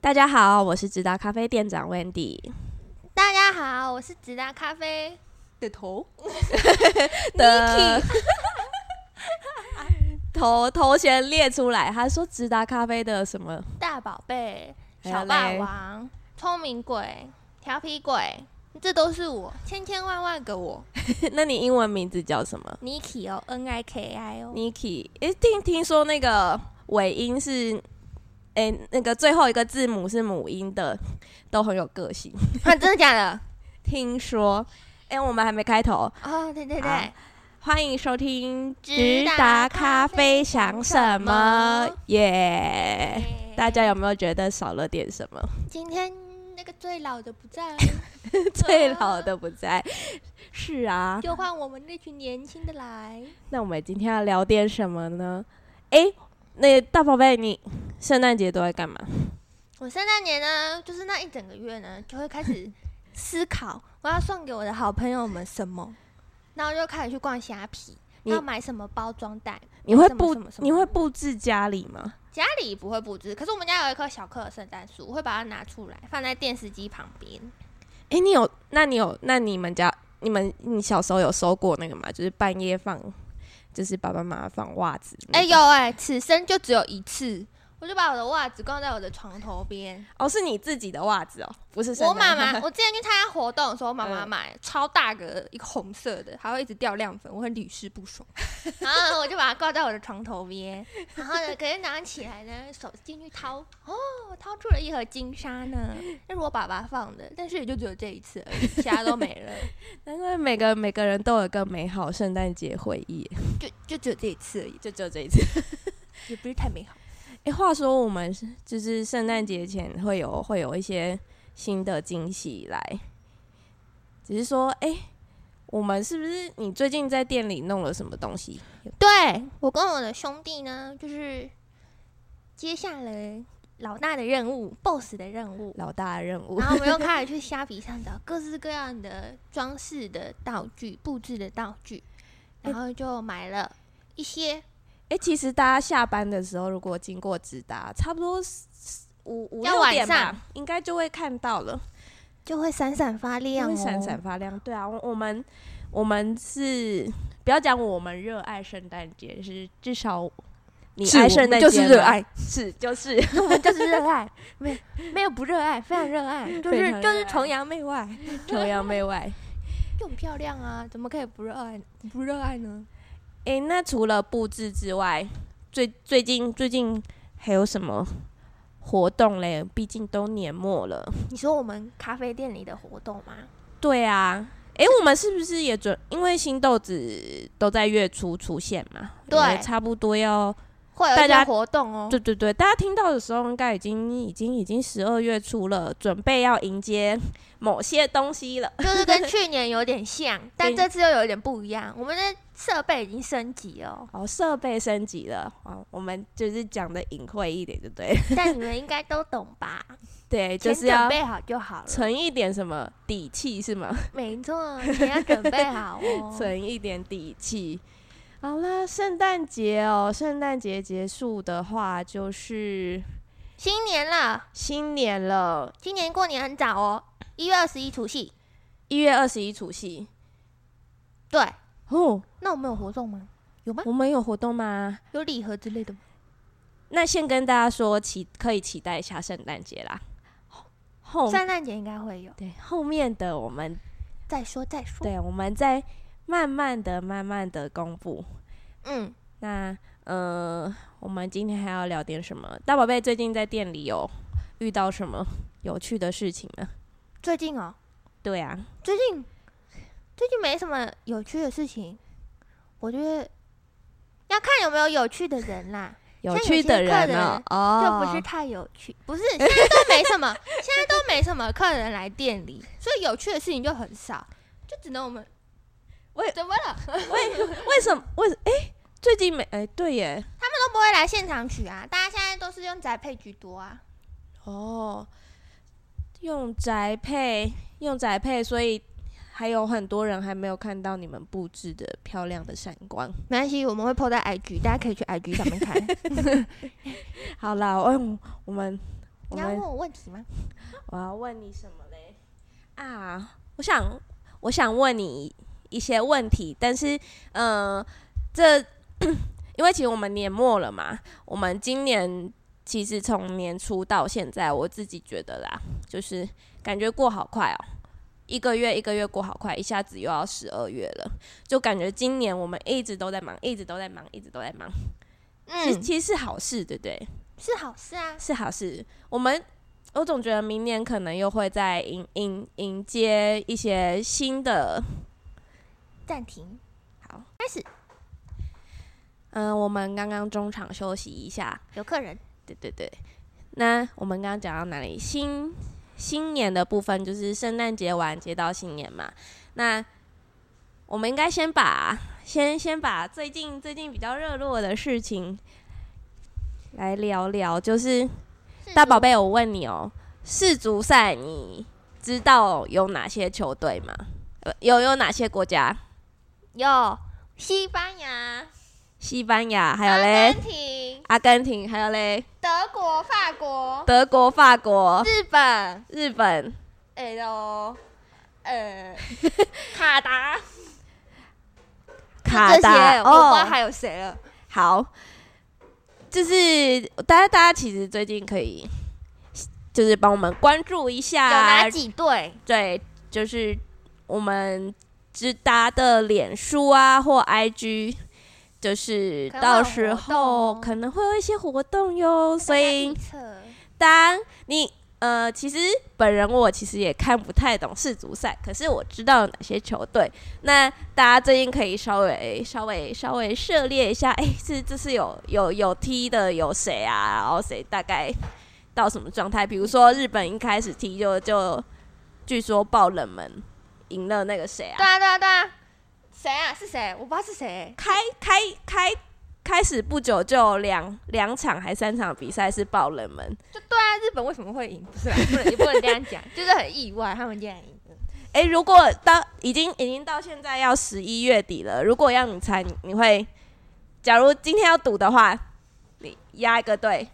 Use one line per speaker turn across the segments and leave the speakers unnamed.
大家好，我是直达咖啡店长 Wendy。
大家好，我是直达咖啡。
的头的 头头衔列出来，他说直达咖啡的什么？
大宝贝、
还
小
有
霸
嘞
王、聪明鬼、调皮鬼，这都是我，千千万万个我。
那你英文名字叫什么
Niki 哦，N I K I 哦，
？Niki，诶、听听说那个尾音是，诶、那个最后一个字母是母音的，都很有个性。
啊，真的假的？
听说，诶、我们还没开头，
哦，对对
好
对，
欢迎收听
直达咖啡
想
想
什
什
么
么？
耶、
耶
大家有没有觉得少了点什么？
哎今天那个最老的不 在了，
最老的不在。是啊，
就换我们那群年轻的来。
那我们今天要聊点什么呢？诶，那大宝贝，你圣诞节都在干嘛？
我圣诞节呢，就是那一整个月呢，就会开始思考我要送给我的好朋友们什么，然后就开始去逛虾皮，
你
要买什么包装袋。
你会
什么
布
什么什么
你会布置家里吗？
家里不会布置，可是我们家有一棵小棵的圣诞树，我会把它拿出来放在电视机旁边。
诶，你有？那你有？那你们家你们你小时候有收过那个吗？就是半夜放，就是爸爸妈妈放袜子那
哎、
种。
有哎、此生就只有一次，我就把我的袜子挂在我的床头边。
哦，是你自己的袜子哦，不是圣
我
诞
妈妈，我之前去参加活动的时候，我妈妈
嗯
买超大个一个红色的，还会一直掉亮粉，我很屡试不爽。然后呢，我就把它挂在我的床头 边，然后呢，可是拿起来呢，手进去掏，哦，我掏出了一盒金沙呢，那是我爸爸放的，但是也就只有这一次而已，其他都没 了，
难怪每个每个人都有一个美好圣诞节回忆，
就就只有这一次而已，
就只有这一次。
也不是太美好。
哎、话说我们是就是圣诞节前会有会有一些新的惊喜来，只是说，哎、我们是不是你最近在店里弄了什么东西？
对我跟我的兄弟呢，就是接下了老大的任务，boss 的任务，
老大的任务
然后我们又开始去虾皮上找各式各样的装饰的道具、布置的道具，然后就买了一些，
哎、其实大家下班的时候，如果经过直达，差不多是五五
要
六
晚
点吧
上，
应该就会看到了，
就会闪闪发亮、
会
哦，
闪闪。发亮。对啊，我我们我们是不要讲我们热爱圣诞节，是至少你
是
爱
我
圣
们
诞节
就是热
吗
爱，
是就是。
我们就是热爱，没没有不热爱，非常热 爱，就
非
是
常
就
热爱
是崇洋媚外，
崇洋媚外。
就很漂亮啊，怎么可以不热爱不热爱呢？
诶，那除了布置之外，最最近最近还有什么活动嘞？毕竟都年末了。
你说我们咖啡店里的活动吗？
对啊，诶，我们是不是也准？因为新豆子都在月初出现嘛，
对
也差不多要。
会有
大
一些
家
活动哦，
对对对，大家听到的时候，应该已经已经已经十二月初了，准备要迎接某些东西了。
就是跟去年有点像，但
对
这次又有点不一样。我们的设备已经升级哦，
哦，设备升级了，哦，我们就是讲的隐晦一点，就对了，
但你们应该都懂 吧？
对，
钱
就是要
准备好就好了。
存一点什么底气是吗？
没错，钱要准备好哦。
存一点底气。好啦，圣诞节哦，圣诞节结束的话就是
新年了，
新年了，
今年过年很早哦，一月二十一除夕。
一月二十一除夕
对，
哦。
那我们有活动吗？有吗？
我们有活动吗？
有礼盒之类的吗？
那先跟大家说，期可以期待一下圣诞节啦。后后
圣诞节应该会有。
对后面的我们
再说再说。
对我们再慢慢的、慢慢的公布。
嗯，
那呃，我们今天还要聊点什么？大宝贝最近在店里有遇到什么有趣的事情吗？
最近哦，
对啊，
最近最近没什么有趣的事情，我觉得要看有没有有趣的人 啦。
有趣的人呢、
就
哦，
不是太有趣，不是现在都没什 么，现在都没什么客人来店里，所以有趣的事情就很少，就只能我们。
我也
怎么了？ 他们
为什么？为什哎、最近没哎、对耶，
都不会来现场取啊，大家现在都是用宅配居多啊。
哦，用宅配，用宅配，所以还有很多人还没有看到你们布置的漂亮的闪光。
没关系，我们会 PO 在 IG，大家可以去 IG 上面看。
好啦，嗯，我们我
你要问
们
我问题吗？
我要问你什么嘞？啊，我想我想问你一些问题，但是嗯、呃这 因为其实我们年末了嘛，我们今年其实从年初到现在，我自己觉得啦，就是感觉过好快哦。一个月一个月过好快，一下子又要十二月了，就感觉今年我们一直都在忙，一直都在忙，一直都在忙。其实
嗯，
其实是好事，对不对？
是好事啊。
是好事。我们我总觉得明年可能又会再迎迎迎接一些新的。
暂停，
好，
开始。
嗯，我们刚刚中场休息一下。
有客人，
对对对，那我们刚刚讲到哪里？新新年的部分就是圣诞节完接到新年嘛。那我们应该先把先先把最近最近比较热络的事情来聊聊，就是
是
大
主
宝贝，我问你哦，世足赛你知道有哪些球队吗？呃有有哪些国家？
有西班牙、
西班牙，还有
阿
嘞，
根廷、
阿根廷，还有嘞，
德国、法国、
德国、法国、
日本，
日本，
哎呦， 呃，卡达，
卡达
这些我不知道
哦，
还有谁了。
好，就是大家大家其实最近可以就是帮我们关注一
有
下
哪，几队？
对，就是我们直达的脸书啊或 IG，就是
可能会
到
有
时
活动
候
哦
可能会有一些活动哟，所以
大家预测
当你呃，其实本人我其实也看不太懂世足赛，可是我知道有哪些球队。那大家最近可以稍微稍微稍微涉猎一下，哎、是这是有有有踢的有谁啊？然后谁大概到什么状态？比如说日本一开始踢就就据说爆冷门，赢了那个谁
对
啊？
啊，对啊，对啊，谁啊？是谁？我不知道是谁。
开开开开始不久就有两两场还三场比赛是爆冷门，
就对啊，日本为什么会赢？不是啦，啊 不能也不能这样讲，就是很意外，他们竟然赢了。
哎、如果到已经已经到现在要十一月底了，如果要你猜，你你会，假如今天要赌的话，你压一个队，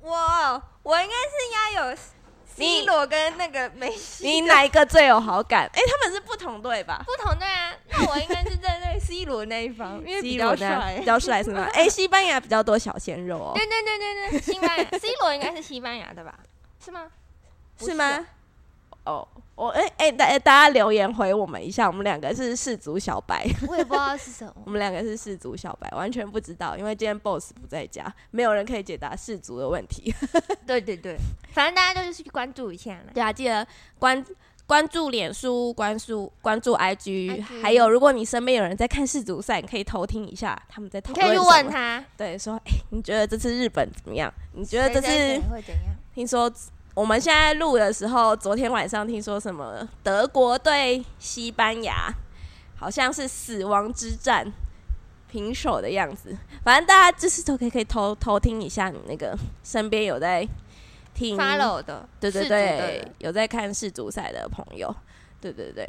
我我应该是应该有 C
你
罗跟那个梅西
你哪一个最有好感？哎、他们是不同队吧？
不同队啊，那我应该是在那个 C 罗那一 方，因为比
C
较
罗呢
帅
比。较帅是吗？哎、西班牙比较多小鲜肉哦，
对对对对对，西班牙 C 罗应该是西班牙的吧？是吗？不
是
啊
吗？？哦，我哎哎，大、大家留言回我们一下，我们两个是氏族小白，
我也不知道是什么。
我们两个是氏族小白，完全不知道，因为今天 boss 不在家，没有人可以解答氏族的问题。
对对对，反正大家就是去关注一下啦。
对啊，记得关关注脸书、关注关注 IG，,
IG
还有如果你身边有人在看世足赛，你可以偷听一下他们在讨
你
论
可以去
什么
问，他，
对，说哎、你觉得这次日本怎么样？你觉得这
谁谁
次
谁会怎样？
听说我们现在录的时候，昨天晚上听说什么德国对西班牙，好像是死亡之战。平手的样子，反正大家就是都可以可以偷偷听一下，你那个身边有在听
follow 的，
对对
世足
对
的人，，
有在看世足赛的朋友，对对对。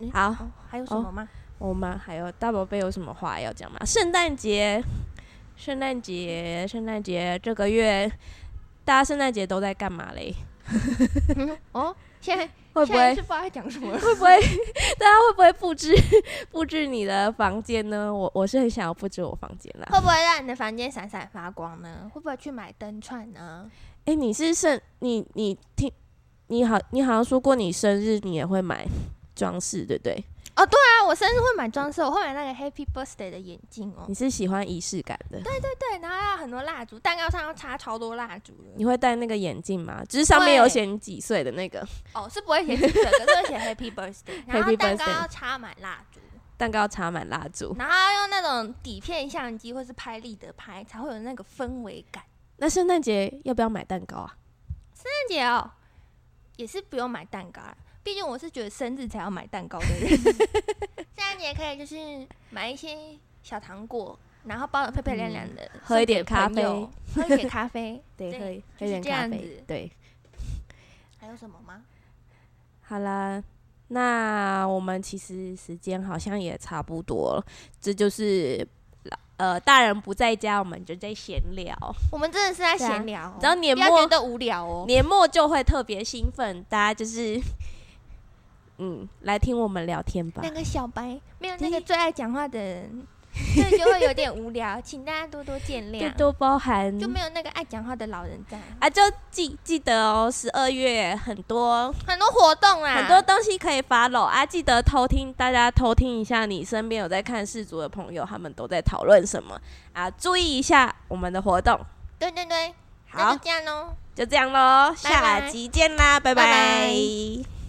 嗯
好，
哦，还有什么吗？
我们还有大宝贝有什么话要讲吗？圣诞节，圣诞节，圣诞节，这个月大家圣诞节都在干嘛嘞？
哦，现在
会不
现在
会
是不知道在讲什么了。
会不会大家会不会布置 布置你的房间呢？我我是很想要布置我房间啦。
会不会让你的房间闪闪发光呢？会不会去买灯串呢？
哎、你是圣你你听你好你好像说过你生日你也会买装饰对不对？
啊，我生日会买装饰，我会买那个 Happy Birthday 的眼镜哦
你。是喜欢仪式感的。
对，然后要很多蜡烛，蛋糕上要插超多蜡烛的。
你会戴那个眼镜吗？就是上面有写你几岁的那个
哦，是不会写几岁，可是会写 Happy Birthday，然后
Happy
蛋糕
birthday 哦
要插满蜡烛，
蛋糕插满蜡烛。
然后要用那种底片相机或是拍立得拍，才会有那个氛围感。
那圣诞节要不要买蛋糕啊？
圣诞节哦，也是不用买蛋糕啦，毕竟我是觉得生日才要买蛋糕的 人。圣诞节可以就是买一些小糖果，然后包的漂漂亮亮的，
嗯喝一点咖
送给朋友，喝一点 咖啡。
对
对
喝一喝
就是
点
这
咖
样
啡
子。
对，
还有什么吗？
好啦，那我们其实时间好像也差不多了，这就是呃大人不在家，我们就在闲聊。
我们真的是在
对啊
闲聊哦、
然后年
不要觉
末
得无聊哦。
年末就会特别兴奋，大家就是 嗯来听我们聊天吧
那。个小白没有那
对
个最爱讲话的 人，这就会有点无聊，请大家多多见
就
谅。
多包涵，
就没有那个爱讲话的老人在，
啊，就记记得哦，十二月很多
很多活动啊啦，
很多东西可以 follow 啊，记得偷听，大家偷听一下，你身边有在看世足的朋友，他们都在讨论什么啊？注意一下我们的活动。
对对对，那
好
就，这样喽。
就这样喽，
拜
下
拜
集见啦，拜
拜拜
拜